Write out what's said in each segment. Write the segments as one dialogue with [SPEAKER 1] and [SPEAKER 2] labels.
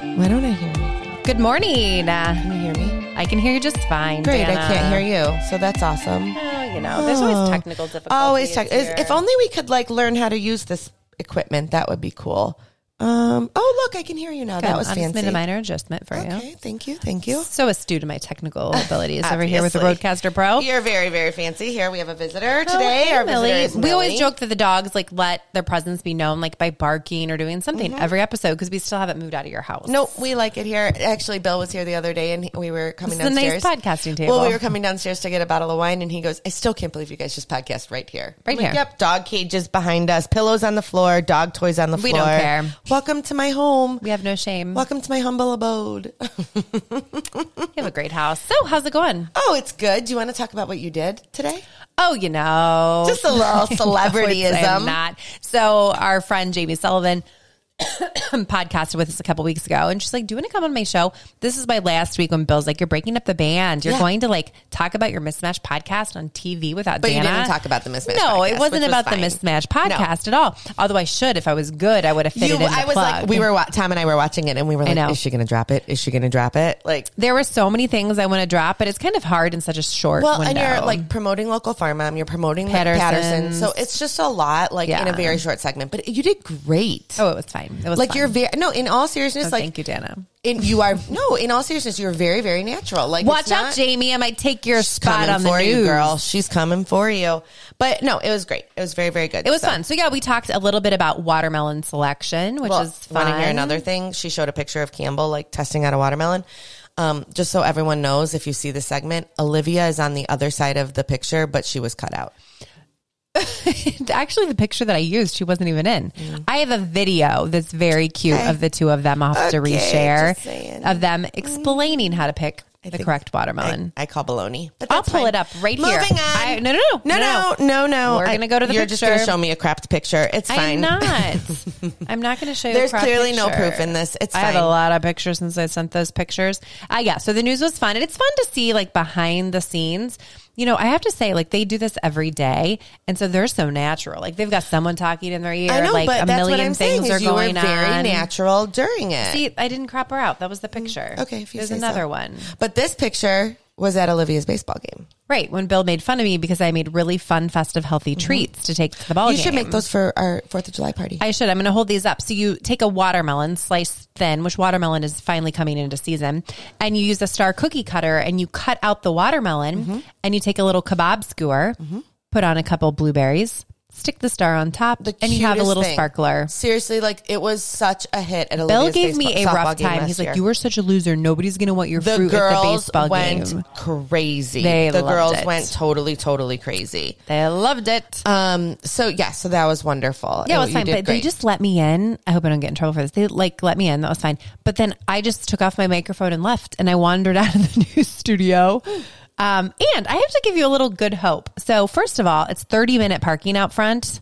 [SPEAKER 1] Why don't I hear anything?
[SPEAKER 2] Good morning. Uh,
[SPEAKER 1] Can you hear me?
[SPEAKER 2] I can hear you just fine.
[SPEAKER 1] Great,
[SPEAKER 2] Dana.
[SPEAKER 1] I can't hear you. So that's awesome.
[SPEAKER 2] Oh, you know, there's always
[SPEAKER 1] Oh.
[SPEAKER 2] technical difficulties.
[SPEAKER 1] Always tech. is-
[SPEAKER 2] here.
[SPEAKER 1] If only we could like learn how to use this equipment, that would be cool. Um, oh, look, I can hear you now.
[SPEAKER 2] Good.
[SPEAKER 1] That was
[SPEAKER 2] I just
[SPEAKER 1] fancy.
[SPEAKER 2] made a minor adjustment for
[SPEAKER 1] Okay, thank you, thank
[SPEAKER 2] you.
[SPEAKER 1] you.
[SPEAKER 2] So astute in my technical abilities over here with the
[SPEAKER 1] Obviously.
[SPEAKER 2] Roadcaster Pro.
[SPEAKER 1] You're very, very fancy. Here we have a visitor
[SPEAKER 2] Oh,
[SPEAKER 1] today.
[SPEAKER 2] hey,
[SPEAKER 1] Our
[SPEAKER 2] Millie.
[SPEAKER 1] visitor is
[SPEAKER 2] We always
[SPEAKER 1] Millie.
[SPEAKER 2] joke that the dogs like let their presence be known like by barking or doing something
[SPEAKER 1] Mm-hmm.
[SPEAKER 2] every episode because we still haven't moved out of your house.
[SPEAKER 1] No, we like it here. Actually, Bill was here the other day, and we were coming
[SPEAKER 2] This is a nice
[SPEAKER 1] downstairs.
[SPEAKER 2] podcasting table.
[SPEAKER 1] Well, we were coming downstairs to get a bottle of wine, and he goes, "I still can't believe you guys just podcast right here,
[SPEAKER 2] Right
[SPEAKER 1] I'm like,
[SPEAKER 2] here.
[SPEAKER 1] Yep, dog cages behind us, pillows on the floor, dog toys on the
[SPEAKER 2] We
[SPEAKER 1] floor.
[SPEAKER 2] don't care.
[SPEAKER 1] Welcome to my home.
[SPEAKER 2] we have no shame.
[SPEAKER 1] Welcome to my humble abode.
[SPEAKER 2] We have a great house. So how's it going?
[SPEAKER 1] Oh, it's good. Do you want to talk about what you did today?
[SPEAKER 2] Oh, you know,
[SPEAKER 1] Just a little
[SPEAKER 2] I'm
[SPEAKER 1] celebrityism.
[SPEAKER 2] not. So our friend Jamie Sullivan podcasted with us a couple weeks ago, and she's like, "Do you want to come on my show?" This is my last week when Bill's like, "You're breaking up the band. You're
[SPEAKER 1] Yeah.
[SPEAKER 2] going to like talk about your mismatch podcast on TV without
[SPEAKER 1] But you
[SPEAKER 2] Dana."
[SPEAKER 1] didn't talk about the Mismatch
[SPEAKER 2] No,
[SPEAKER 1] podcast,
[SPEAKER 2] it
[SPEAKER 1] which
[SPEAKER 2] wasn't
[SPEAKER 1] was
[SPEAKER 2] about
[SPEAKER 1] fine.
[SPEAKER 2] the mismatch podcast at all. Although I should, if I was good, I would have fitted
[SPEAKER 1] You,
[SPEAKER 2] in. The
[SPEAKER 1] I was
[SPEAKER 2] plug.
[SPEAKER 1] like, we were wa- Tom and I were watching it, and we were like,
[SPEAKER 2] know.
[SPEAKER 1] "Is she going to drop it? Is she going to drop it?" Like,
[SPEAKER 2] There were so many things I want to drop, but it's kind of hard in such a short.
[SPEAKER 1] Well,
[SPEAKER 2] window.
[SPEAKER 1] and you're like promoting local farm mom, you're promoting Patterson. Patterson.
[SPEAKER 2] Patterson's.
[SPEAKER 1] So it's just a lot, like in
[SPEAKER 2] Yeah.
[SPEAKER 1] a very short segment. But you did great.
[SPEAKER 2] oh, it was fine. It was
[SPEAKER 1] like
[SPEAKER 2] fun.
[SPEAKER 1] you're very no, in all seriousness,
[SPEAKER 2] Oh,
[SPEAKER 1] like
[SPEAKER 2] thank you, Dana.
[SPEAKER 1] in you are no, in all seriousness, you're very, very natural. Like
[SPEAKER 2] Watch
[SPEAKER 1] it's
[SPEAKER 2] out,
[SPEAKER 1] not-
[SPEAKER 2] Jamie. I might take your
[SPEAKER 1] She's
[SPEAKER 2] spot
[SPEAKER 1] coming
[SPEAKER 2] on the
[SPEAKER 1] for
[SPEAKER 2] news.
[SPEAKER 1] you, girl. She's coming for you. But no, it was great. It was very, very good.
[SPEAKER 2] It was fun. So yeah, we talked a little bit about watermelon selection, which
[SPEAKER 1] Well,
[SPEAKER 2] is fun.
[SPEAKER 1] want to hear another thing? She showed a picture of Campbell like testing out a watermelon. Um, just so everyone knows, if you see the segment, Olivia is on the other side of the picture, but she was cut out.
[SPEAKER 2] Actually, the picture that I used, she wasn't even in. I have a video that's very cute of the two of them. I'll have to
[SPEAKER 1] Okay, just
[SPEAKER 2] reshare
[SPEAKER 1] saying.
[SPEAKER 2] of them explaining how to pick the correct watermelon.
[SPEAKER 1] I call baloney. But
[SPEAKER 2] I'll
[SPEAKER 1] that's
[SPEAKER 2] pull
[SPEAKER 1] fine.
[SPEAKER 2] it up right
[SPEAKER 1] Moving
[SPEAKER 2] here.
[SPEAKER 1] Moving on.
[SPEAKER 2] I- no, no, no,
[SPEAKER 1] no,
[SPEAKER 2] no.
[SPEAKER 1] no, no, no.
[SPEAKER 2] We're
[SPEAKER 1] I-
[SPEAKER 2] gonna go to the
[SPEAKER 1] You're just gonna
[SPEAKER 2] picture.
[SPEAKER 1] show me a crapped picture. It's
[SPEAKER 2] I'm
[SPEAKER 1] fine.
[SPEAKER 2] not. I'm not going to show you. a
[SPEAKER 1] There's
[SPEAKER 2] crop
[SPEAKER 1] clearly no
[SPEAKER 2] picture.
[SPEAKER 1] proof in this. It's
[SPEAKER 2] I have
[SPEAKER 1] fine.
[SPEAKER 2] a lot of pictures since I sent those pictures. Uh, yeah, so the news was fun, and it's fun to see like behind the scenes. You know, I have to say, like they do this every day, and so they're so natural. Like they've got someone talking in their ear,
[SPEAKER 1] I know,
[SPEAKER 2] like
[SPEAKER 1] but
[SPEAKER 2] a
[SPEAKER 1] that's what
[SPEAKER 2] million
[SPEAKER 1] I'm saying.
[SPEAKER 2] things
[SPEAKER 1] Is
[SPEAKER 2] are
[SPEAKER 1] you
[SPEAKER 2] going
[SPEAKER 1] were very
[SPEAKER 2] on.
[SPEAKER 1] natural during it.
[SPEAKER 2] See, I didn't crop her out. That was the picture.
[SPEAKER 1] okay, if you
[SPEAKER 2] there's
[SPEAKER 1] say so.
[SPEAKER 2] another one.
[SPEAKER 1] But this picture was at Olivia's baseball game.
[SPEAKER 2] Right when Bill made fun of me because I made really fun, festive, healthy treats to take to the ball
[SPEAKER 1] Mm-hmm. you
[SPEAKER 2] game.
[SPEAKER 1] should make those for our Fourth of July party.
[SPEAKER 2] I should. I'm going to hold these up. So you take a watermelon, sliced thin, which watermelon is finally coming into season, and you use a star cookie cutter and you cut out the watermelon
[SPEAKER 1] Mm-hmm.
[SPEAKER 2] and you take a little kebab skewer, put on a couple blueberries, stick the star on top,
[SPEAKER 1] The
[SPEAKER 2] and you have a
[SPEAKER 1] cutest
[SPEAKER 2] little
[SPEAKER 1] thing.
[SPEAKER 2] sparkler.
[SPEAKER 1] Seriously, like it was such a hit at
[SPEAKER 2] Bill
[SPEAKER 1] Olivia's
[SPEAKER 2] gave me a
[SPEAKER 1] baseball- softball
[SPEAKER 2] rough
[SPEAKER 1] game
[SPEAKER 2] time.
[SPEAKER 1] last
[SPEAKER 2] He's like,
[SPEAKER 1] year.
[SPEAKER 2] "You were such a loser. Nobody's going to want your
[SPEAKER 1] the
[SPEAKER 2] fruit at the
[SPEAKER 1] girls
[SPEAKER 2] baseball
[SPEAKER 1] went
[SPEAKER 2] game."
[SPEAKER 1] crazy.
[SPEAKER 2] They
[SPEAKER 1] the
[SPEAKER 2] loved
[SPEAKER 1] girls
[SPEAKER 2] it.
[SPEAKER 1] went totally, totally crazy.
[SPEAKER 2] They loved it.
[SPEAKER 1] Um. So yeah. So that was wonderful.
[SPEAKER 2] Yeah, it was
[SPEAKER 1] Oh, You
[SPEAKER 2] fine.
[SPEAKER 1] did
[SPEAKER 2] But they
[SPEAKER 1] great.
[SPEAKER 2] just let me in. I hope I don't get in trouble for this. They like let me in. That was fine. But then I just took off my microphone and left, and I wandered out of the news studio. Um, and I have to give you a little good hope. So first of all, it's thirty minute parking out front.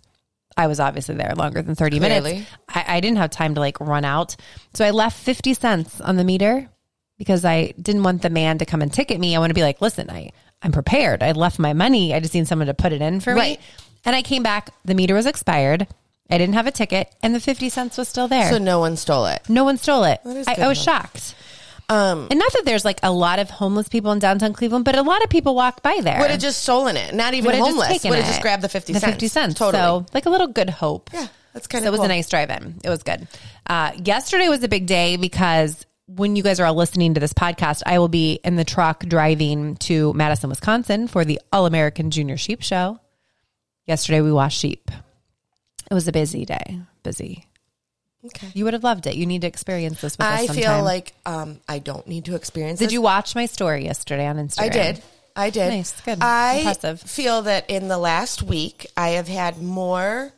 [SPEAKER 2] I was obviously there longer than thirty
[SPEAKER 1] Clearly.
[SPEAKER 2] minutes. I, I didn't have time to like run out, so I left fifty cents on the meter because I didn't want the man to come and ticket me. I want to be like, listen, I I'm prepared. I left my money. I just need someone to put it in for
[SPEAKER 1] Right.
[SPEAKER 2] me. And I came back. The meter was expired. I didn't have a ticket, and the fifty cents was still there.
[SPEAKER 1] so no one stole it.
[SPEAKER 2] no one stole it.
[SPEAKER 1] That is
[SPEAKER 2] I,
[SPEAKER 1] good
[SPEAKER 2] I was
[SPEAKER 1] hope.
[SPEAKER 2] shocked. Um, and not that there's like a lot of homeless people in downtown Cleveland, but a lot of people walk by there.
[SPEAKER 1] Would have just stolen it. Not even
[SPEAKER 2] Would've just
[SPEAKER 1] homeless.
[SPEAKER 2] taken
[SPEAKER 1] Would have
[SPEAKER 2] it.
[SPEAKER 1] just grabbed the fifty
[SPEAKER 2] the
[SPEAKER 1] cents.
[SPEAKER 2] fifty cents.
[SPEAKER 1] Totally.
[SPEAKER 2] So like a little good hope.
[SPEAKER 1] Yeah, that's kinda
[SPEAKER 2] So it was
[SPEAKER 1] cool.
[SPEAKER 2] a nice drive-in. It was good. Uh, yesterday was a big day because when you guys are all listening to this podcast, I will be in the truck driving to Madison, Wisconsin for the All American Junior Sheep Show. Yesterday we washed sheep. It was a busy day. Busy.
[SPEAKER 1] okay.
[SPEAKER 2] You would have loved it. You need to experience this with us.
[SPEAKER 1] I feel
[SPEAKER 2] sometime.
[SPEAKER 1] like um, I don't need to experience.
[SPEAKER 2] Did
[SPEAKER 1] this.
[SPEAKER 2] you watch my story yesterday on Instagram?
[SPEAKER 1] I did. I did.
[SPEAKER 2] Nice, good.
[SPEAKER 1] I
[SPEAKER 2] Impressive.
[SPEAKER 1] feel that in the last week, I have had more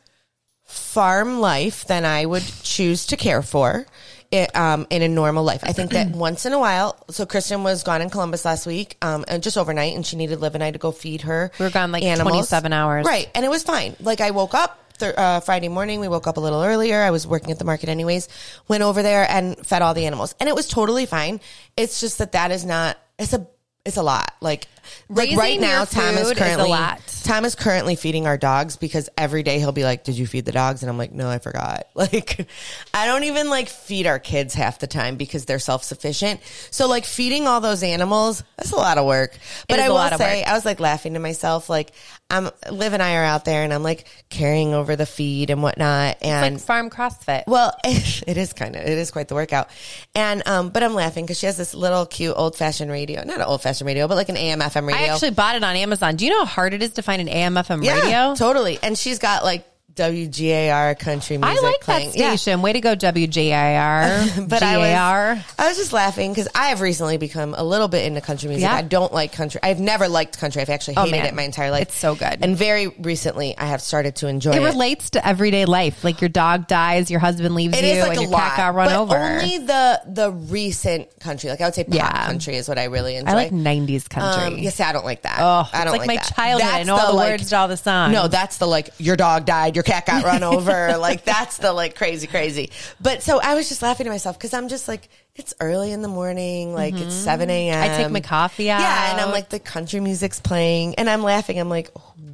[SPEAKER 1] farm life than I would choose to care for it, um, in a normal life. I think that once in a while, so Kristen was gone in Columbus last week, um, and just overnight, and she needed Liv and I to go feed her.
[SPEAKER 2] We were gone, like, 27 hours.
[SPEAKER 1] Right. And it was fine. Like, I woke up. Th- uh, Friday morning, we woke up a little earlier. I was working at the market anyways, went over there and fed all the animals and it was totally fine. It's just that that is not, it's a, it's a lot. Like like right
[SPEAKER 2] Raising
[SPEAKER 1] now,
[SPEAKER 2] your
[SPEAKER 1] Tom
[SPEAKER 2] food
[SPEAKER 1] is
[SPEAKER 2] is a
[SPEAKER 1] currently
[SPEAKER 2] lot.
[SPEAKER 1] Tom is currently feeding our dogs because every day he'll be like, "Did you feed the dogs?" And I'm like, "No, I forgot." Like, I don't even like feed our kids half the time because they're self sufficient. So like feeding all those animals, that's a lot of work. But
[SPEAKER 2] is
[SPEAKER 1] I
[SPEAKER 2] a
[SPEAKER 1] will
[SPEAKER 2] lot of
[SPEAKER 1] say, I was like laughing to myself, like I'm Liv and I are out there, and I'm like carrying over the feed and whatnot, and
[SPEAKER 2] like farm CrossFit.
[SPEAKER 1] well, it is kind of it is quite the workout, and um, but I'm laughing because she has this little cute old fashioned radio, not an old fashioned radio, but like an AM FM radio.
[SPEAKER 2] I actually bought it on Amazon. Do you know how hard it is to find an AM/FM
[SPEAKER 1] yeah,
[SPEAKER 2] radio?
[SPEAKER 1] totally. And she's got like WGAR country
[SPEAKER 2] I
[SPEAKER 1] music.
[SPEAKER 2] like that
[SPEAKER 1] playing. Yeah.
[SPEAKER 2] station. Way to go, WJIR.
[SPEAKER 1] But I was,
[SPEAKER 2] GAR.
[SPEAKER 1] I was just laughing because I have recently become a little bit into country music.
[SPEAKER 2] Yeah.
[SPEAKER 1] I don't like country. I've never liked country. I've actually
[SPEAKER 2] Oh,
[SPEAKER 1] hated
[SPEAKER 2] man.
[SPEAKER 1] it my entire life.
[SPEAKER 2] It's so good.
[SPEAKER 1] And very recently, I have started to enjoy
[SPEAKER 2] It
[SPEAKER 1] it.
[SPEAKER 2] relates to everyday life. Like your dog dies, your husband leaves
[SPEAKER 1] It
[SPEAKER 2] you,
[SPEAKER 1] is like
[SPEAKER 2] and
[SPEAKER 1] a
[SPEAKER 2] your
[SPEAKER 1] lot,
[SPEAKER 2] cat got run
[SPEAKER 1] but
[SPEAKER 2] over.
[SPEAKER 1] only the the recent country. Like I would say, pop
[SPEAKER 2] Yeah.
[SPEAKER 1] country is what I really enjoy.
[SPEAKER 2] I like '90s country.
[SPEAKER 1] Um, yes, I don't like that.
[SPEAKER 2] Oh,
[SPEAKER 1] I don't
[SPEAKER 2] it's like my
[SPEAKER 1] that.
[SPEAKER 2] childhood. I know all the words to all the songs.
[SPEAKER 1] No, that's the like your dog died, your cat got run over. like that's the like crazy, crazy. But so I was just laughing to myself because I'm just like it's early in the morning, like it's seven a.m.
[SPEAKER 2] Mm-hmm. I take my coffee
[SPEAKER 1] Yeah, and I'm
[SPEAKER 2] out.
[SPEAKER 1] like the country music's playing, and I'm laughing. I'm like,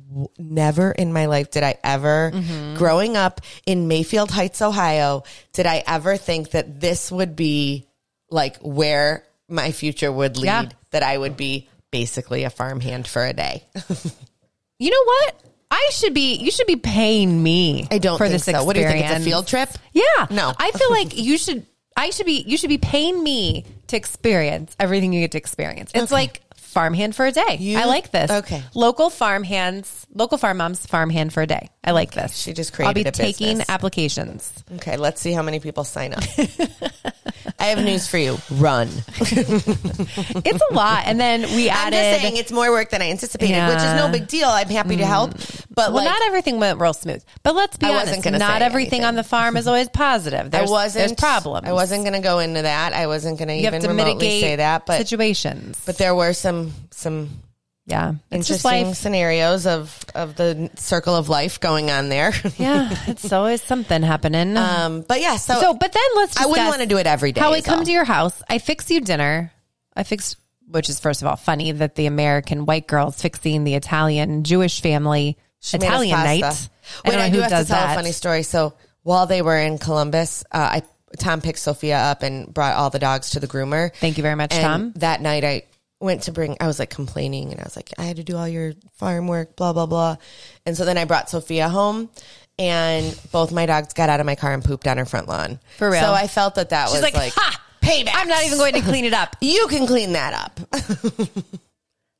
[SPEAKER 1] "W- never in my life did I ever,
[SPEAKER 2] Mm-hmm.
[SPEAKER 1] growing up in Mayfield Heights, Ohio, did I ever think that this would be like where my future would lead
[SPEAKER 2] Yeah.
[SPEAKER 1] that I would be basically a farmhand for a day.
[SPEAKER 2] You know what? I should be. You should be paying me.
[SPEAKER 1] I don't
[SPEAKER 2] for
[SPEAKER 1] think
[SPEAKER 2] this
[SPEAKER 1] so.
[SPEAKER 2] experience.
[SPEAKER 1] What do you think? It's a field trip?
[SPEAKER 2] Yeah.
[SPEAKER 1] No.
[SPEAKER 2] I feel like you should. I should be. You should be paying me to experience everything you get to experience. It's like farmhand for a day.
[SPEAKER 1] You-
[SPEAKER 2] I like this.
[SPEAKER 1] okay.
[SPEAKER 2] Local farmhands, local farm moms, farmhand for a day. I like this.
[SPEAKER 1] she just
[SPEAKER 2] I'll be
[SPEAKER 1] created a
[SPEAKER 2] taking
[SPEAKER 1] business.
[SPEAKER 2] applications.
[SPEAKER 1] Okay, let's see how many people sign up. I have news for you. Run.
[SPEAKER 2] it's a lot. And then we
[SPEAKER 1] I'm
[SPEAKER 2] added.
[SPEAKER 1] just saying it's more work than I anticipated, which is no
[SPEAKER 2] Yeah. Mm.
[SPEAKER 1] big deal. I'm happy to help, but
[SPEAKER 2] well,
[SPEAKER 1] like
[SPEAKER 2] not everything went real smooth, but let's be
[SPEAKER 1] I wasn't
[SPEAKER 2] honest.
[SPEAKER 1] gonna
[SPEAKER 2] not
[SPEAKER 1] say
[SPEAKER 2] everything
[SPEAKER 1] anything.
[SPEAKER 2] on the farm is always positive. There's,
[SPEAKER 1] I wasn't
[SPEAKER 2] there's problems.
[SPEAKER 1] I wasn't going to go into that. I wasn't going to
[SPEAKER 2] You
[SPEAKER 1] even
[SPEAKER 2] have to
[SPEAKER 1] remotely
[SPEAKER 2] mitigate
[SPEAKER 1] say that, but
[SPEAKER 2] situations.
[SPEAKER 1] but there were some some
[SPEAKER 2] Yeah, it's just
[SPEAKER 1] interesting
[SPEAKER 2] life.
[SPEAKER 1] scenarios of of the circle of life going on there.
[SPEAKER 2] yeah, it's always something happening.
[SPEAKER 1] um, but yeah, so,
[SPEAKER 2] so, but then let's.
[SPEAKER 1] I
[SPEAKER 2] Discuss
[SPEAKER 1] wouldn't want to do it every day.
[SPEAKER 2] How I
[SPEAKER 1] is
[SPEAKER 2] come
[SPEAKER 1] all.
[SPEAKER 2] to your house, I fix you dinner. I fixed, which is first of all funny that the American white girls fixing the Italian Jewish
[SPEAKER 1] made
[SPEAKER 2] family
[SPEAKER 1] us
[SPEAKER 2] Italian
[SPEAKER 1] pasta.
[SPEAKER 2] night.
[SPEAKER 1] Wait,
[SPEAKER 2] don't
[SPEAKER 1] I,
[SPEAKER 2] know
[SPEAKER 1] do
[SPEAKER 2] who
[SPEAKER 1] have to
[SPEAKER 2] does
[SPEAKER 1] tell a
[SPEAKER 2] that.
[SPEAKER 1] funny story. So while they were in Columbus, uh, I Tom picked Sophia up and brought all the dogs to the groomer.
[SPEAKER 2] Thank you very much,
[SPEAKER 1] and
[SPEAKER 2] Tom.
[SPEAKER 1] That night I went to bring. I was like complaining, and I was like, I had to do all your farm work, blah blah blah. And so then I brought Sophia home. And both my dogs got out of my car and pooped on her front lawn.
[SPEAKER 2] For real?
[SPEAKER 1] So I felt that that
[SPEAKER 2] She's
[SPEAKER 1] was
[SPEAKER 2] like,
[SPEAKER 1] like,
[SPEAKER 2] "Ha!
[SPEAKER 1] payback.
[SPEAKER 2] I'm not even going to clean it up.
[SPEAKER 1] You can clean that up.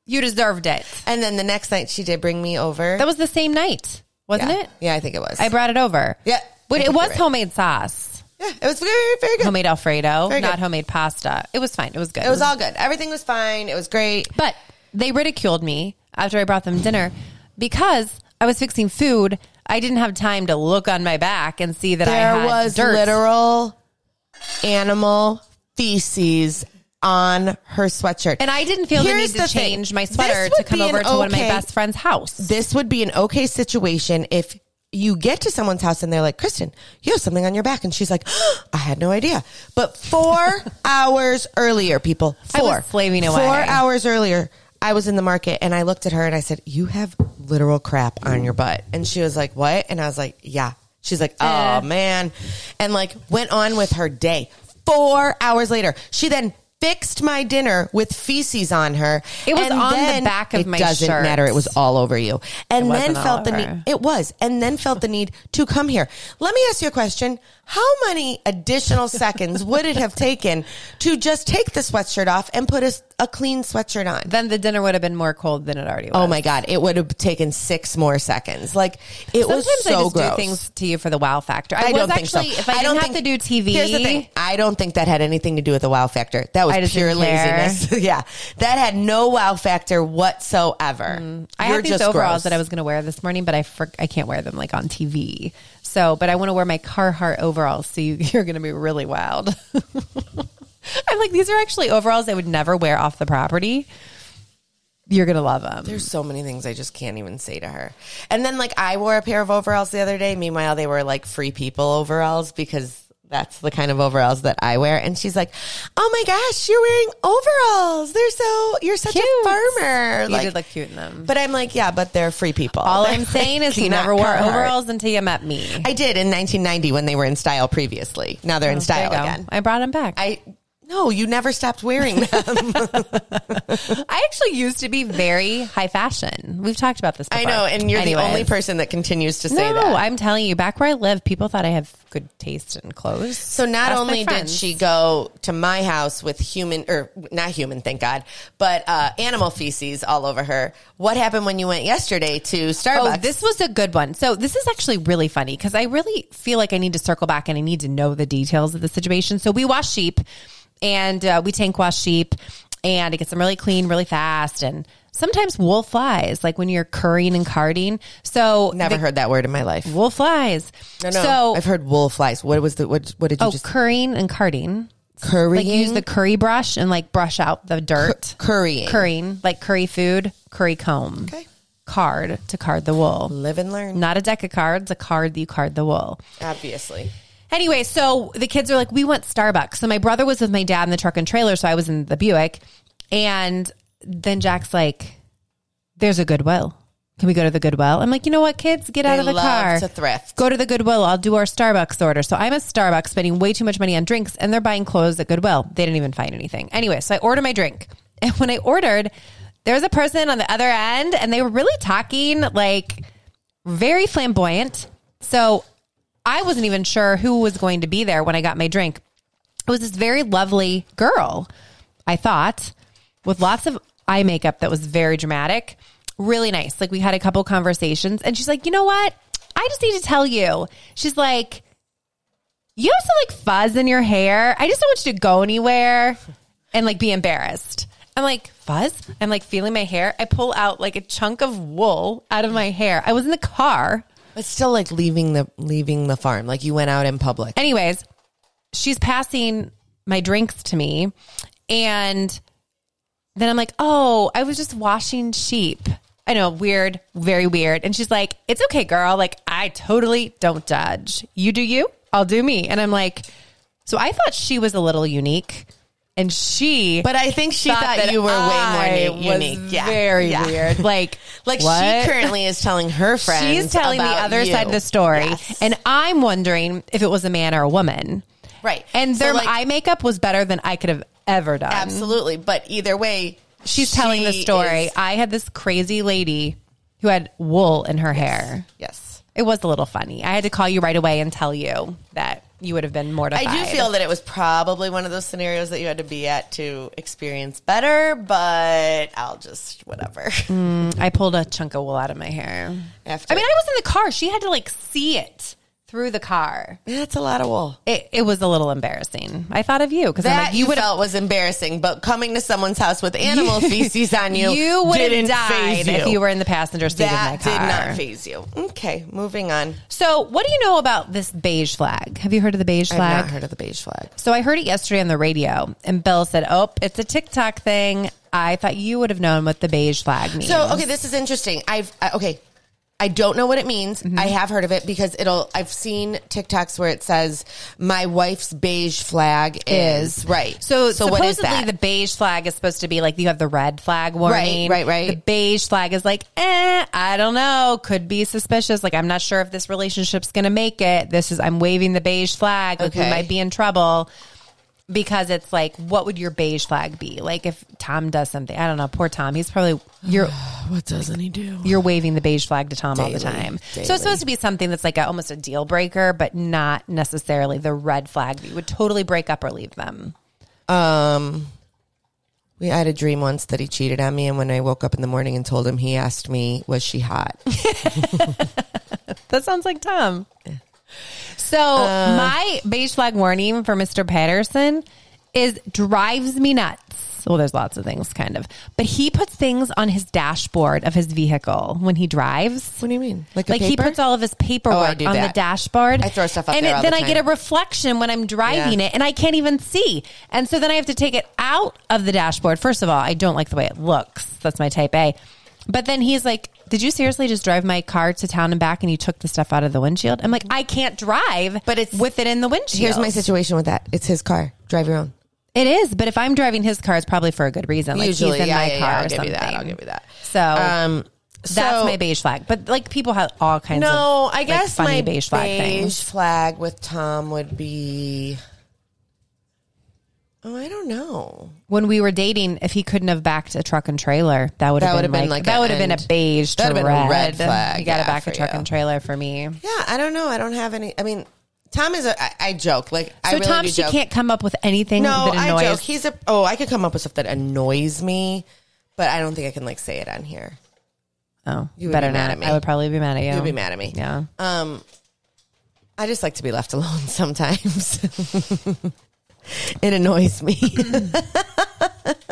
[SPEAKER 2] You deserved it.
[SPEAKER 1] And then the next night she did bring me over.
[SPEAKER 2] That was the same night, wasn't
[SPEAKER 1] yeah.
[SPEAKER 2] it?
[SPEAKER 1] Yeah, I think it was.
[SPEAKER 2] I brought it over.
[SPEAKER 1] Yeah,
[SPEAKER 2] But
[SPEAKER 1] I
[SPEAKER 2] it
[SPEAKER 1] think
[SPEAKER 2] was
[SPEAKER 1] you're right.
[SPEAKER 2] homemade sauce,
[SPEAKER 1] yeah, it was very very good.
[SPEAKER 2] homemade Alfredo,
[SPEAKER 1] Very good.
[SPEAKER 2] not homemade pasta. It was fine. It was good.
[SPEAKER 1] It was all good. Everything was fine. It was great.
[SPEAKER 2] But they ridiculed me after I brought them dinner because I was fixing food. I didn't have time to look on my back and see that I
[SPEAKER 1] There
[SPEAKER 2] had
[SPEAKER 1] was
[SPEAKER 2] dirt.
[SPEAKER 1] literal animal feces on her sweatshirt.
[SPEAKER 2] and I didn't feel
[SPEAKER 1] Here's
[SPEAKER 2] the need to
[SPEAKER 1] the thing.
[SPEAKER 2] change my
[SPEAKER 1] This
[SPEAKER 2] sweater to
[SPEAKER 1] would
[SPEAKER 2] come
[SPEAKER 1] be
[SPEAKER 2] over
[SPEAKER 1] an
[SPEAKER 2] to one of my
[SPEAKER 1] okay-
[SPEAKER 2] best friend's house.
[SPEAKER 1] this would be an okay situation if you get to someone's house and they're like, Kristen, you have something on your back. And she's like, I had no idea. But four hours earlier, people,
[SPEAKER 2] I was
[SPEAKER 1] four.
[SPEAKER 2] slaving away.
[SPEAKER 1] Four hours earlier, I was in the market and I looked at her and I said, You have literal crap on your butt. And she was like, What? And I was like, Yeah. She's like, Oh,
[SPEAKER 2] Eh.
[SPEAKER 1] man. And like went on with her day. Four hours later, she then fixed my dinner with feces on her.
[SPEAKER 2] It was
[SPEAKER 1] And
[SPEAKER 2] on the
[SPEAKER 1] then-
[SPEAKER 2] back of
[SPEAKER 1] it
[SPEAKER 2] my
[SPEAKER 1] doesn't
[SPEAKER 2] shirt.
[SPEAKER 1] matter. It was all over you. And
[SPEAKER 2] wasn't
[SPEAKER 1] then
[SPEAKER 2] all
[SPEAKER 1] felt the
[SPEAKER 2] over.
[SPEAKER 1] need. It was. And then felt the need to come here. Let me ask you a question. How many additional seconds would it have taken to just take the sweatshirt off and put a, s- a clean sweatshirt on?
[SPEAKER 2] Then the dinner would have been more cold than it already was.
[SPEAKER 1] Oh my God. It would have taken six more seconds. Like it
[SPEAKER 2] Sometimes
[SPEAKER 1] was so
[SPEAKER 2] I just
[SPEAKER 1] gross.
[SPEAKER 2] do things to you for the wow factor. I,
[SPEAKER 1] I
[SPEAKER 2] was
[SPEAKER 1] don't think so.
[SPEAKER 2] actually, if I, didn't have to do TV,
[SPEAKER 1] Here's the thing. I don't think that had anything to do with the wow factor. That was
[SPEAKER 2] I just
[SPEAKER 1] pure
[SPEAKER 2] didn't care.
[SPEAKER 1] laziness. yeah. That had no wow factor whatsoever.
[SPEAKER 2] Mm. I
[SPEAKER 1] You're
[SPEAKER 2] had these
[SPEAKER 1] just
[SPEAKER 2] overalls
[SPEAKER 1] gross.
[SPEAKER 2] that I was going to wear this morning, but I for, I can't wear them like on TV. So, but I want to wear my Carhartt overalls. So you, you're going to be really wild. I'm like, these are actually overalls I would never wear off the property. You're going to love them.
[SPEAKER 1] There's so many things I just can't even say to her. And then like I wore a pair of overalls the other day. Meanwhile, they were like free people overalls because That's the kind of overalls that I wear. And she's like, Oh my gosh, you're wearing overalls. They're so, you're such
[SPEAKER 2] Cute.
[SPEAKER 1] a farmer.
[SPEAKER 2] You
[SPEAKER 1] like,
[SPEAKER 2] did look cute in them.
[SPEAKER 1] But I'm like, Yeah, but they're free people.
[SPEAKER 2] All
[SPEAKER 1] They're
[SPEAKER 2] I'm saying
[SPEAKER 1] like
[SPEAKER 2] is you
[SPEAKER 1] not
[SPEAKER 2] never wore
[SPEAKER 1] Carhartt.
[SPEAKER 2] overalls until you met me.
[SPEAKER 1] I did in 1990 when they were in style previously. Now they're in
[SPEAKER 2] Oh, There
[SPEAKER 1] style
[SPEAKER 2] you go.
[SPEAKER 1] again.
[SPEAKER 2] I brought them back.
[SPEAKER 1] I, no, you never stopped wearing them.
[SPEAKER 2] I actually used to be very high fashion. We've talked about this. Before.
[SPEAKER 1] I know. And you're
[SPEAKER 2] Anyways.
[SPEAKER 1] the only person that continues to say
[SPEAKER 2] No,
[SPEAKER 1] that.
[SPEAKER 2] I'm telling you, back where I live, people thought I have good taste in clothes.
[SPEAKER 1] So not
[SPEAKER 2] Ask my
[SPEAKER 1] only did
[SPEAKER 2] friends.
[SPEAKER 1] she go to my house with human or not human, thank God, but uh, animal feces all over her. What happened when you went yesterday to Starbucks?
[SPEAKER 2] Oh, this was a good one. So this is actually really funny because I really feel like I need to circle back and I need to know the details of the situation. So we wash sheep and uh, we tank wash sheep and it gets them really clean really fast and sometimes wool flies like when you're currying and carding. So
[SPEAKER 1] Never
[SPEAKER 2] the-
[SPEAKER 1] heard that word in my life.
[SPEAKER 2] wool flies.
[SPEAKER 1] No, no.
[SPEAKER 2] So
[SPEAKER 1] I've heard wool flies. What was the what? What did you
[SPEAKER 2] oh,
[SPEAKER 1] just
[SPEAKER 2] currying and carding.
[SPEAKER 1] currying?
[SPEAKER 2] Like use the curry brush and like brush out the dirt.
[SPEAKER 1] currying.
[SPEAKER 2] currying, like curry food, curry comb.
[SPEAKER 1] Okay.
[SPEAKER 2] Card to card the wool.
[SPEAKER 1] Live and learn.
[SPEAKER 2] Not a deck of cards, a card that you card the wool.
[SPEAKER 1] Obviously,
[SPEAKER 2] Anyway, so the kids are like, we want Starbucks. So my brother was with my dad in the truck and trailer, so I was in the Buick. And then Jack's like, there's a Goodwill. Can we go to the Goodwill? I'm like, you know what, kids, get out
[SPEAKER 1] They
[SPEAKER 2] of the
[SPEAKER 1] love
[SPEAKER 2] car.
[SPEAKER 1] to thrift.
[SPEAKER 2] Go to the Goodwill. I'll do our Starbucks order. So I'm at Starbucks spending way too much money on drinks, and they're buying clothes at Goodwill. They didn't even find anything. Anyway, so I order my drink. And when I ordered, there was a person on the other end, and they were really talking like very flamboyant. So I wasn't even sure who was going to be there when I got my drink. It was this very lovely girl, I thought, with lots of eye makeup that was very dramatic, really nice. Like we had a couple conversations, and she's like, "You know what? I just need to tell you." She's like, "You have some like fuzz in your hair. I just don't want you to go anywhere and like be embarrassed." I'm like, "Fuzz?" I'm like feeling my hair. I pull out like a chunk of wool out of my hair. I was in the car.
[SPEAKER 1] it's still like leaving the leaving the farm. Like you went out in public.
[SPEAKER 2] Anyways, she's passing my drinks to me. And then I'm like, oh, I was just washing sheep. I know, weird, very weird. And she's like, it's okay, girl. Like, I totally don't judge. You do you, I'll do me. And I'm like, so I thought she was a little unique. And she
[SPEAKER 1] But I think she thought,
[SPEAKER 2] that
[SPEAKER 1] you were
[SPEAKER 2] I
[SPEAKER 1] way more
[SPEAKER 2] was
[SPEAKER 1] ni- unique. Yeah.
[SPEAKER 2] Very
[SPEAKER 1] Yeah.
[SPEAKER 2] weird. Like,
[SPEAKER 1] Like
[SPEAKER 2] what?
[SPEAKER 1] she currently is telling her friends.
[SPEAKER 2] She's telling the
[SPEAKER 1] about
[SPEAKER 2] other
[SPEAKER 1] you.
[SPEAKER 2] side of the story.
[SPEAKER 1] Yes.
[SPEAKER 2] And I'm wondering if it was a man or a woman.
[SPEAKER 1] Right.
[SPEAKER 2] And
[SPEAKER 1] So,
[SPEAKER 2] their
[SPEAKER 1] like-
[SPEAKER 2] eye makeup was better than I could have ever done.
[SPEAKER 1] Absolutely. But either way,
[SPEAKER 2] Mm-hmm. She's telling the
[SPEAKER 1] she
[SPEAKER 2] story.
[SPEAKER 1] is-
[SPEAKER 2] I had this crazy lady who had wool in her hair.
[SPEAKER 1] yes.
[SPEAKER 2] It was a little funny. I had to call you right away and tell you that you would have been mortified.
[SPEAKER 1] I do feel that it was probably one of those scenarios that you had to be at to experience better, but I'll just whatever.
[SPEAKER 2] Mm. I pulled a chunk of wool out of my hair.
[SPEAKER 1] After
[SPEAKER 2] I mean, I was in the car. She had to like see it through the car.
[SPEAKER 1] that's a lot of wool.
[SPEAKER 2] It, it was a little embarrassing. I thought of you because I'm
[SPEAKER 1] That
[SPEAKER 2] like, you would have
[SPEAKER 1] felt was embarrassing, but coming to someone's house with animal feces on you,
[SPEAKER 2] You would have
[SPEAKER 1] didn't faze
[SPEAKER 2] died
[SPEAKER 1] you.
[SPEAKER 2] if you were in the passenger seat
[SPEAKER 1] that
[SPEAKER 2] of my
[SPEAKER 1] did
[SPEAKER 2] car.
[SPEAKER 1] not phase you. Okay, moving on.
[SPEAKER 2] so, what do you know about this beige flag? Have you heard of the beige
[SPEAKER 1] I've
[SPEAKER 2] flag?
[SPEAKER 1] not heard of the beige flag.
[SPEAKER 2] so, I heard it yesterday on the radio, and Bill said, "Oh, it's a TikTok thing." I thought you would have known what the beige flag means.
[SPEAKER 1] So okay, this is interesting. I've I, okay, I don't know what it means. I have heard of it because it'll. I've seen TikToks where it says my wife's beige flag is, right.
[SPEAKER 2] So, supposedly
[SPEAKER 1] what is that?
[SPEAKER 2] the beige flag is supposed to be like you have the red flag warning.
[SPEAKER 1] right, right.
[SPEAKER 2] The beige flag is like, eh, I don't know. Could be suspicious. Like, I'm not sure if this relationship's going to make it. This is, I'm waving the beige flag. Like, we
[SPEAKER 1] Okay.
[SPEAKER 2] might be in trouble because it's like, what would your beige flag be? Like, if Tom does something, I don't know, poor Tom, he's probably, you're,
[SPEAKER 1] what doesn't he do?
[SPEAKER 2] you're waving the beige flag to Tom all the
[SPEAKER 1] Daily,
[SPEAKER 2] time. So
[SPEAKER 1] daily.
[SPEAKER 2] it's supposed to be something that's like a, almost a deal breaker, but not necessarily the red flag that you would totally break up or leave them.
[SPEAKER 1] Um, we I had a dream once that he cheated on me, and when I woke up in the morning and told him, he asked me, "Was she hot?"
[SPEAKER 2] That sounds like Tom. So
[SPEAKER 1] Uh,
[SPEAKER 2] my beige flag warning for Mr. Patterson is drives me nuts. Well, there's lots of things kind of, but he puts things on his dashboard of his vehicle when he drives.
[SPEAKER 1] what do you mean? Like,
[SPEAKER 2] Like he puts all of his paperwork
[SPEAKER 1] Oh, do
[SPEAKER 2] on the
[SPEAKER 1] that.
[SPEAKER 2] dashboard.
[SPEAKER 1] I throw stuff up
[SPEAKER 2] and
[SPEAKER 1] there
[SPEAKER 2] it-
[SPEAKER 1] all
[SPEAKER 2] then
[SPEAKER 1] the
[SPEAKER 2] I get a
[SPEAKER 1] time.
[SPEAKER 2] reflection when I'm driving
[SPEAKER 1] Yeah.
[SPEAKER 2] it, and I can't even see. And so then I have to take it out of the dashboard. First of all, I don't like the way it looks. That's my type A. But then he's like, Did you seriously just drive my car to town and back and you took the stuff out of the windshield? I'm like, I can't drive,
[SPEAKER 1] But it's-
[SPEAKER 2] with it in the windshield.
[SPEAKER 1] Here's my situation with that. It's his car. Drive your own.
[SPEAKER 2] It is, but if I'm driving his car, it's probably for a good reason. Like
[SPEAKER 1] Usually,
[SPEAKER 2] he's in
[SPEAKER 1] yeah,
[SPEAKER 2] my
[SPEAKER 1] yeah, yeah,
[SPEAKER 2] car
[SPEAKER 1] I'll
[SPEAKER 2] or
[SPEAKER 1] give
[SPEAKER 2] something.
[SPEAKER 1] you that. I'll give you that.
[SPEAKER 2] So
[SPEAKER 1] Um,
[SPEAKER 2] that's
[SPEAKER 1] so-
[SPEAKER 2] my beige flag. But like people have all kinds of
[SPEAKER 1] No, I
[SPEAKER 2] like,
[SPEAKER 1] guess
[SPEAKER 2] funny
[SPEAKER 1] my
[SPEAKER 2] beige flag things.
[SPEAKER 1] beige flag with Tom would be. Oh, I don't know.
[SPEAKER 2] When we were dating, if he couldn't have backed a truck and trailer, that would have
[SPEAKER 1] That
[SPEAKER 2] been, like,
[SPEAKER 1] a
[SPEAKER 2] that would have been a
[SPEAKER 1] end.
[SPEAKER 2] beige
[SPEAKER 1] That'd
[SPEAKER 2] to
[SPEAKER 1] have been a red flag,
[SPEAKER 2] You got to
[SPEAKER 1] yeah,
[SPEAKER 2] back a
[SPEAKER 1] for
[SPEAKER 2] truck
[SPEAKER 1] you.
[SPEAKER 2] and trailer for me.
[SPEAKER 1] Yeah, I don't know. I don't have any. I mean, Tom is a. I, I joke like I
[SPEAKER 2] So
[SPEAKER 1] really
[SPEAKER 2] Tom,
[SPEAKER 1] do
[SPEAKER 2] she
[SPEAKER 1] joke.
[SPEAKER 2] can't come up with anything
[SPEAKER 1] No,
[SPEAKER 2] that
[SPEAKER 1] I
[SPEAKER 2] annoys.
[SPEAKER 1] joke. He's a. Oh, I could come up with stuff that annoys me, but I don't think I can like say it on here.
[SPEAKER 2] Oh,
[SPEAKER 1] would
[SPEAKER 2] better
[SPEAKER 1] be mad
[SPEAKER 2] not.
[SPEAKER 1] at me.
[SPEAKER 2] I would probably be mad at you.
[SPEAKER 1] You'll be mad at me.
[SPEAKER 2] Yeah.
[SPEAKER 1] Um, I just like to be left alone sometimes. it annoys me.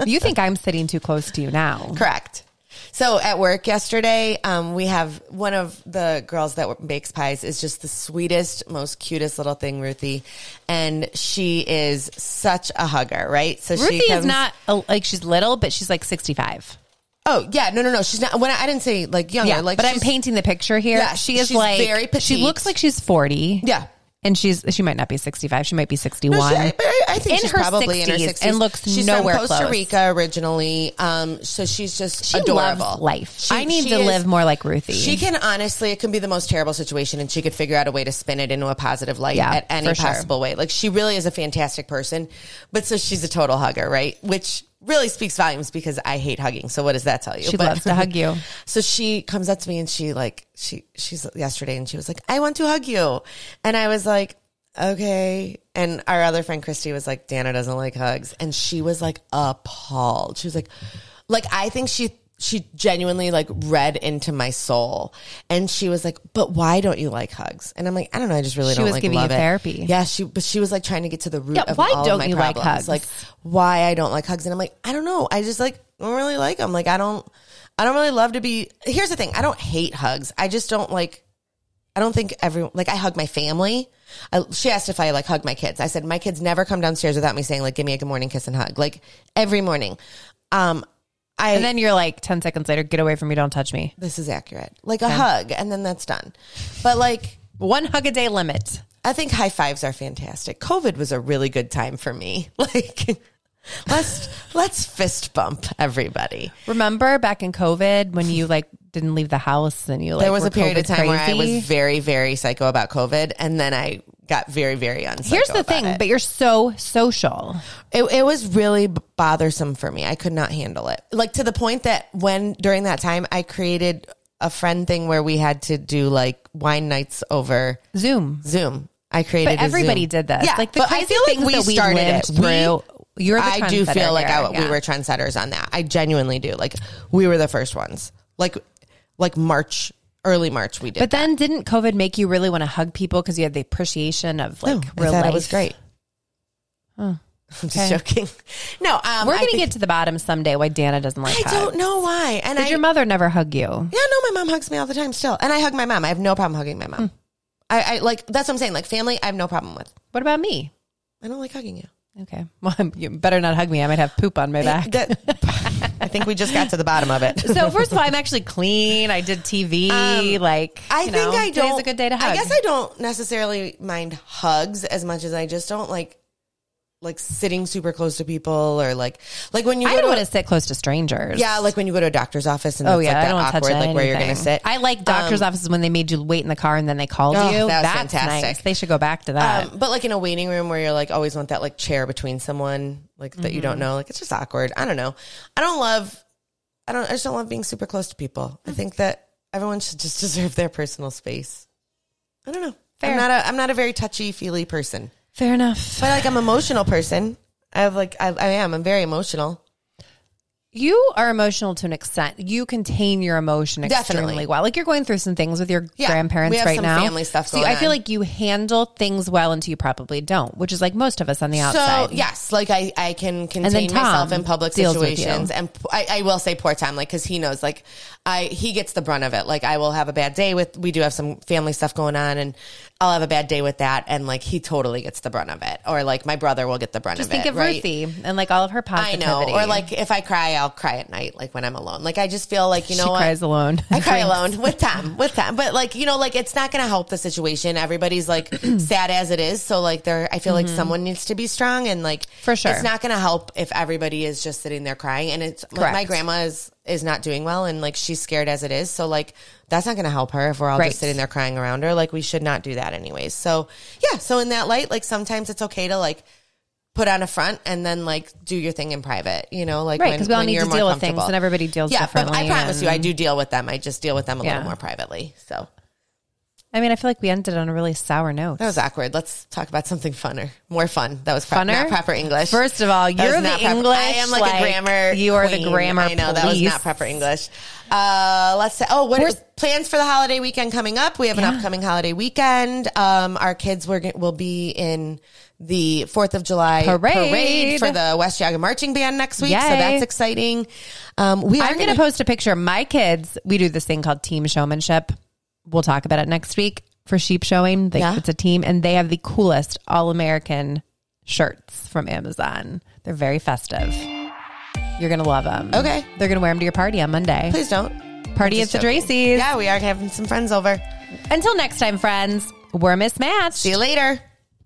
[SPEAKER 2] you think I'm sitting too close to you now?
[SPEAKER 1] Correct. So at work yesterday, um, we have one of the girls that makes pies is just the sweetest, most cutest little thing, Ruthie, and she is such a hugger, right? So
[SPEAKER 2] Ruthie
[SPEAKER 1] she comes,
[SPEAKER 2] is not a, like she's little, but she's like 65.
[SPEAKER 1] Oh yeah, no, no, no. She's not. When I, I didn't say like younger,
[SPEAKER 2] Yeah,
[SPEAKER 1] like
[SPEAKER 2] but I'm
[SPEAKER 1] she's-
[SPEAKER 2] painting the picture here.
[SPEAKER 1] Yeah,
[SPEAKER 2] she is
[SPEAKER 1] she's
[SPEAKER 2] like
[SPEAKER 1] very
[SPEAKER 2] She
[SPEAKER 1] petite.
[SPEAKER 2] looks like she's 40.
[SPEAKER 1] Yeah.
[SPEAKER 2] and she's she might not be 65. She might be 61.
[SPEAKER 1] No, she- I, I think
[SPEAKER 2] In
[SPEAKER 1] she's
[SPEAKER 2] her
[SPEAKER 1] probably in her
[SPEAKER 2] 60s,
[SPEAKER 1] 60s
[SPEAKER 2] and looks
[SPEAKER 1] she's
[SPEAKER 2] nowhere
[SPEAKER 1] from Costa
[SPEAKER 2] close.
[SPEAKER 1] Rica originally, um, so she's just
[SPEAKER 2] She
[SPEAKER 1] adorable.
[SPEAKER 2] loves life.
[SPEAKER 1] She-
[SPEAKER 2] I need
[SPEAKER 1] she
[SPEAKER 2] to
[SPEAKER 1] is-
[SPEAKER 2] live more like Ruthie.
[SPEAKER 1] She can honestly, it can be the most terrible situation, and she could figure out a way to spin it into a positive light
[SPEAKER 2] Yeah,
[SPEAKER 1] at any
[SPEAKER 2] for sure.
[SPEAKER 1] possible way. Like she really is a fantastic person, but so she's a total hugger, right? Which really speaks volumes because I hate hugging. So what does that tell you?
[SPEAKER 2] She
[SPEAKER 1] But-
[SPEAKER 2] loves to hug you.
[SPEAKER 1] So she comes up to me and she like she she's yesterday and she was like, I want to hug you, and I was like. Okay. And our other friend Christy was like, Dana doesn't like hugs. And she was like appalled. She was like, like, I think she she genuinely like read into my soul and she was like but why don't you like hugs and i'm like i don't know i just really
[SPEAKER 2] She
[SPEAKER 1] don't
[SPEAKER 2] was
[SPEAKER 1] like
[SPEAKER 2] giving you
[SPEAKER 1] love it.
[SPEAKER 2] therapy.
[SPEAKER 1] yeah she but she was like trying to get to the root
[SPEAKER 2] Yeah,
[SPEAKER 1] of
[SPEAKER 2] why
[SPEAKER 1] all of
[SPEAKER 2] don't
[SPEAKER 1] my
[SPEAKER 2] you like
[SPEAKER 1] problems.
[SPEAKER 2] hugs?
[SPEAKER 1] like why i don't like hugs and i'm like i don't know i just like don't really like them like i don't i don't really love to be here's the thing i don't hate hugs i just don't like I don't think everyone like I hug my family. I, she asked if I like hug my kids. I said my kids never come downstairs without me saying like give me a good morning kiss and hug like every morning. Um, I
[SPEAKER 2] and then you're like 10 seconds later, get away from me, don't touch me.
[SPEAKER 1] this is accurate like a hug and then that's done. But like
[SPEAKER 2] One hug a day limit.
[SPEAKER 1] I think high fives are fantastic. COVID was a really good time for me. Like let's let's fist bump everybody.
[SPEAKER 2] Remember back in COVID when you like didn't leave the house and you like
[SPEAKER 1] There was
[SPEAKER 2] were
[SPEAKER 1] a period of
[SPEAKER 2] COVID
[SPEAKER 1] time where I
[SPEAKER 2] crazy?
[SPEAKER 1] was very very psycho about COVID and then I got very very unpsycho.
[SPEAKER 2] Here's the
[SPEAKER 1] about
[SPEAKER 2] thing,
[SPEAKER 1] it.
[SPEAKER 2] but you're so social.
[SPEAKER 1] It, it was really b- bothersome for me. I could not handle it. Like to the point that when during that time I created a friend thing where we had to do like wine nights over
[SPEAKER 2] Zoom.
[SPEAKER 1] Zoom. I created.
[SPEAKER 2] But
[SPEAKER 1] a
[SPEAKER 2] everybody
[SPEAKER 1] Zoom.
[SPEAKER 2] did this.
[SPEAKER 1] Yeah,
[SPEAKER 2] like the
[SPEAKER 1] but
[SPEAKER 2] crazy
[SPEAKER 1] I feel like
[SPEAKER 2] things
[SPEAKER 1] we
[SPEAKER 2] that we
[SPEAKER 1] started it.
[SPEAKER 2] lived
[SPEAKER 1] We-
[SPEAKER 2] through. You're the
[SPEAKER 1] I do
[SPEAKER 2] trendsetter
[SPEAKER 1] feel like
[SPEAKER 2] here.
[SPEAKER 1] I, we
[SPEAKER 2] Yeah.
[SPEAKER 1] were trendsetters on that. I genuinely do. Like we were the first ones. Like like March, early March we did.
[SPEAKER 2] But then, didn't COVID make you really want to hug people because you had the appreciation of
[SPEAKER 1] I
[SPEAKER 2] like oh, real
[SPEAKER 1] thought
[SPEAKER 2] life?
[SPEAKER 1] it was great. I'm just joking. No, um,
[SPEAKER 2] We're
[SPEAKER 1] I
[SPEAKER 2] gonna
[SPEAKER 1] think-
[SPEAKER 2] get to the bottom someday why Dana doesn't like.
[SPEAKER 1] I
[SPEAKER 2] hugs.
[SPEAKER 1] don't know why. And
[SPEAKER 2] Did
[SPEAKER 1] I
[SPEAKER 2] your mother never hug you?
[SPEAKER 1] Yeah, no, my mom hugs me all the time still. And I hug my mom. I have no problem hugging my
[SPEAKER 2] Hmm.
[SPEAKER 1] mom. I, I like that's what I'm saying. Like family, I have no problem with.
[SPEAKER 2] What about me?
[SPEAKER 1] I don't like hugging you.
[SPEAKER 2] Okay, well, you better not hug me. I might have poop on my back.
[SPEAKER 1] That- I think we just got to the bottom of it.
[SPEAKER 2] so first of all, I'm actually clean. I did TV. like
[SPEAKER 1] I
[SPEAKER 2] you
[SPEAKER 1] think
[SPEAKER 2] know,
[SPEAKER 1] I don't.
[SPEAKER 2] Today's a good day to hug.
[SPEAKER 1] I guess I don't necessarily mind hugs as much as I just don't like like sitting super close to people or like like when you
[SPEAKER 2] I
[SPEAKER 1] go
[SPEAKER 2] don't
[SPEAKER 1] to
[SPEAKER 2] want to sit close to strangers.
[SPEAKER 1] yeah like when you go to a doctor's office and
[SPEAKER 2] Oh
[SPEAKER 1] it's
[SPEAKER 2] yeah,
[SPEAKER 1] like
[SPEAKER 2] I
[SPEAKER 1] that
[SPEAKER 2] don't wanna
[SPEAKER 1] awkward
[SPEAKER 2] touch
[SPEAKER 1] like where you're gonna
[SPEAKER 2] anything.
[SPEAKER 1] sit.
[SPEAKER 2] I like doctors' offices when they made you wait in the car and then they called
[SPEAKER 1] Oh,
[SPEAKER 2] you.
[SPEAKER 1] that was
[SPEAKER 2] That's
[SPEAKER 1] fantastic.
[SPEAKER 2] nice. They should go back to that.
[SPEAKER 1] Um, but like in a waiting room where you're like always want that like chair between someone like that you
[SPEAKER 2] Mm-hmm.
[SPEAKER 1] don't know, like it's just awkward. I don't know. I don't love. I don't. I just don't love being super close to people. I think that everyone should just deserve their personal space. I don't know.
[SPEAKER 2] Fair.
[SPEAKER 1] I'm not a. I'm not a very touchy feely person,
[SPEAKER 2] Fair enough.
[SPEAKER 1] but like I'm emotional person. I have like I, I am. I'm very emotional.
[SPEAKER 2] You are emotional to an extent. You contain your emotion extremely
[SPEAKER 1] Definitely.
[SPEAKER 2] well. Like you're going through some things with your
[SPEAKER 1] Yeah,
[SPEAKER 2] grandparents
[SPEAKER 1] we have
[SPEAKER 2] right
[SPEAKER 1] some
[SPEAKER 2] now.
[SPEAKER 1] family stuff
[SPEAKER 2] so
[SPEAKER 1] going
[SPEAKER 2] I feel
[SPEAKER 1] on.
[SPEAKER 2] like you handle things well until you probably don't, which is like most of us on the outside.
[SPEAKER 1] So yes, like I, I can
[SPEAKER 2] then
[SPEAKER 1] contain
[SPEAKER 2] Tom
[SPEAKER 1] myself in public
[SPEAKER 2] deals with you.
[SPEAKER 1] situations, and p- I, I will say poor Tom, like because he knows, like I he gets the brunt of it. Like I will have a bad day with. We do have some family stuff going on, and I'll have a bad day with that, and like he totally gets the brunt of it, or like my brother will get the brunt
[SPEAKER 2] Just
[SPEAKER 1] of it.
[SPEAKER 2] think of
[SPEAKER 1] right?
[SPEAKER 2] Ruthie and like all of her
[SPEAKER 1] I
[SPEAKER 2] positivity.
[SPEAKER 1] know, or like if I cry, I'll cry at night, like when I'm alone. Like I just feel like you know
[SPEAKER 2] she
[SPEAKER 1] what?
[SPEAKER 2] cries alone.
[SPEAKER 1] I cry alone with Tom, with Tom. But like, you know, like it's not going to help the situation. Everybody's like sad as it is. So like there, I feel like someone needs to be strong and like,
[SPEAKER 2] Mm-hmm. For sure.
[SPEAKER 1] It's not going to help if everybody is just sitting there crying. And it's like my
[SPEAKER 2] Correct.
[SPEAKER 1] grandma is, is not doing well and like she's scared as it is. So like that's not going to help her if we're all
[SPEAKER 2] Right.
[SPEAKER 1] just sitting there crying around her. Like we should not do that anyways. So yeah. So in that light, like sometimes it's okay to like, Put on a front and then like do your thing in private, you know, like
[SPEAKER 2] Right,
[SPEAKER 1] when-
[SPEAKER 2] 'cause we all
[SPEAKER 1] when
[SPEAKER 2] need
[SPEAKER 1] you're
[SPEAKER 2] to
[SPEAKER 1] more
[SPEAKER 2] deal with things
[SPEAKER 1] comfortable.
[SPEAKER 2] and everybody deals
[SPEAKER 1] yeah,
[SPEAKER 2] differently.
[SPEAKER 1] But I promise
[SPEAKER 2] and-
[SPEAKER 1] you, I do deal with them. I just deal with them a
[SPEAKER 2] Yeah.
[SPEAKER 1] little more privately. So
[SPEAKER 2] I mean, I feel like we ended on a really sour note.
[SPEAKER 1] that was awkward. Let's talk about something funner, more fun. That was pro-
[SPEAKER 2] Funner?
[SPEAKER 1] not proper English.
[SPEAKER 2] First of all,
[SPEAKER 1] That was
[SPEAKER 2] you're
[SPEAKER 1] not
[SPEAKER 2] the
[SPEAKER 1] proper-
[SPEAKER 2] English.
[SPEAKER 1] I am like, a grammar.
[SPEAKER 2] You are the
[SPEAKER 1] queen.
[SPEAKER 2] grammar.
[SPEAKER 1] I know that was
[SPEAKER 2] police.
[SPEAKER 1] not proper English. Uh, let's say. Oh, what
[SPEAKER 2] We're-
[SPEAKER 1] is- plans for the holiday weekend coming up? We have an
[SPEAKER 2] Yeah.
[SPEAKER 1] upcoming holiday weekend. Um, our kids were, g- will be in the Fourth of July
[SPEAKER 2] Parade.
[SPEAKER 1] for the West Yaga marching band next week. So
[SPEAKER 2] Yay.
[SPEAKER 1] that's exciting. Um, we are
[SPEAKER 2] I'm going to
[SPEAKER 1] gonna-
[SPEAKER 2] post a picture. of My kids, we do this thing called team showmanship. We'll talk about it next week for sheep showing. They,
[SPEAKER 1] Yeah.
[SPEAKER 2] It's a team, and they have the coolest all American shirts from Amazon. They're very festive. You're going to love them.
[SPEAKER 1] Okay.
[SPEAKER 2] They're going to wear them to your party on Monday.
[SPEAKER 1] Please don't.
[SPEAKER 2] Party at
[SPEAKER 1] Just
[SPEAKER 2] the
[SPEAKER 1] joking.
[SPEAKER 2] Dracies.
[SPEAKER 1] Yeah, we are having some friends over.
[SPEAKER 2] Until next time, friends, we're mismatched.
[SPEAKER 1] See you later.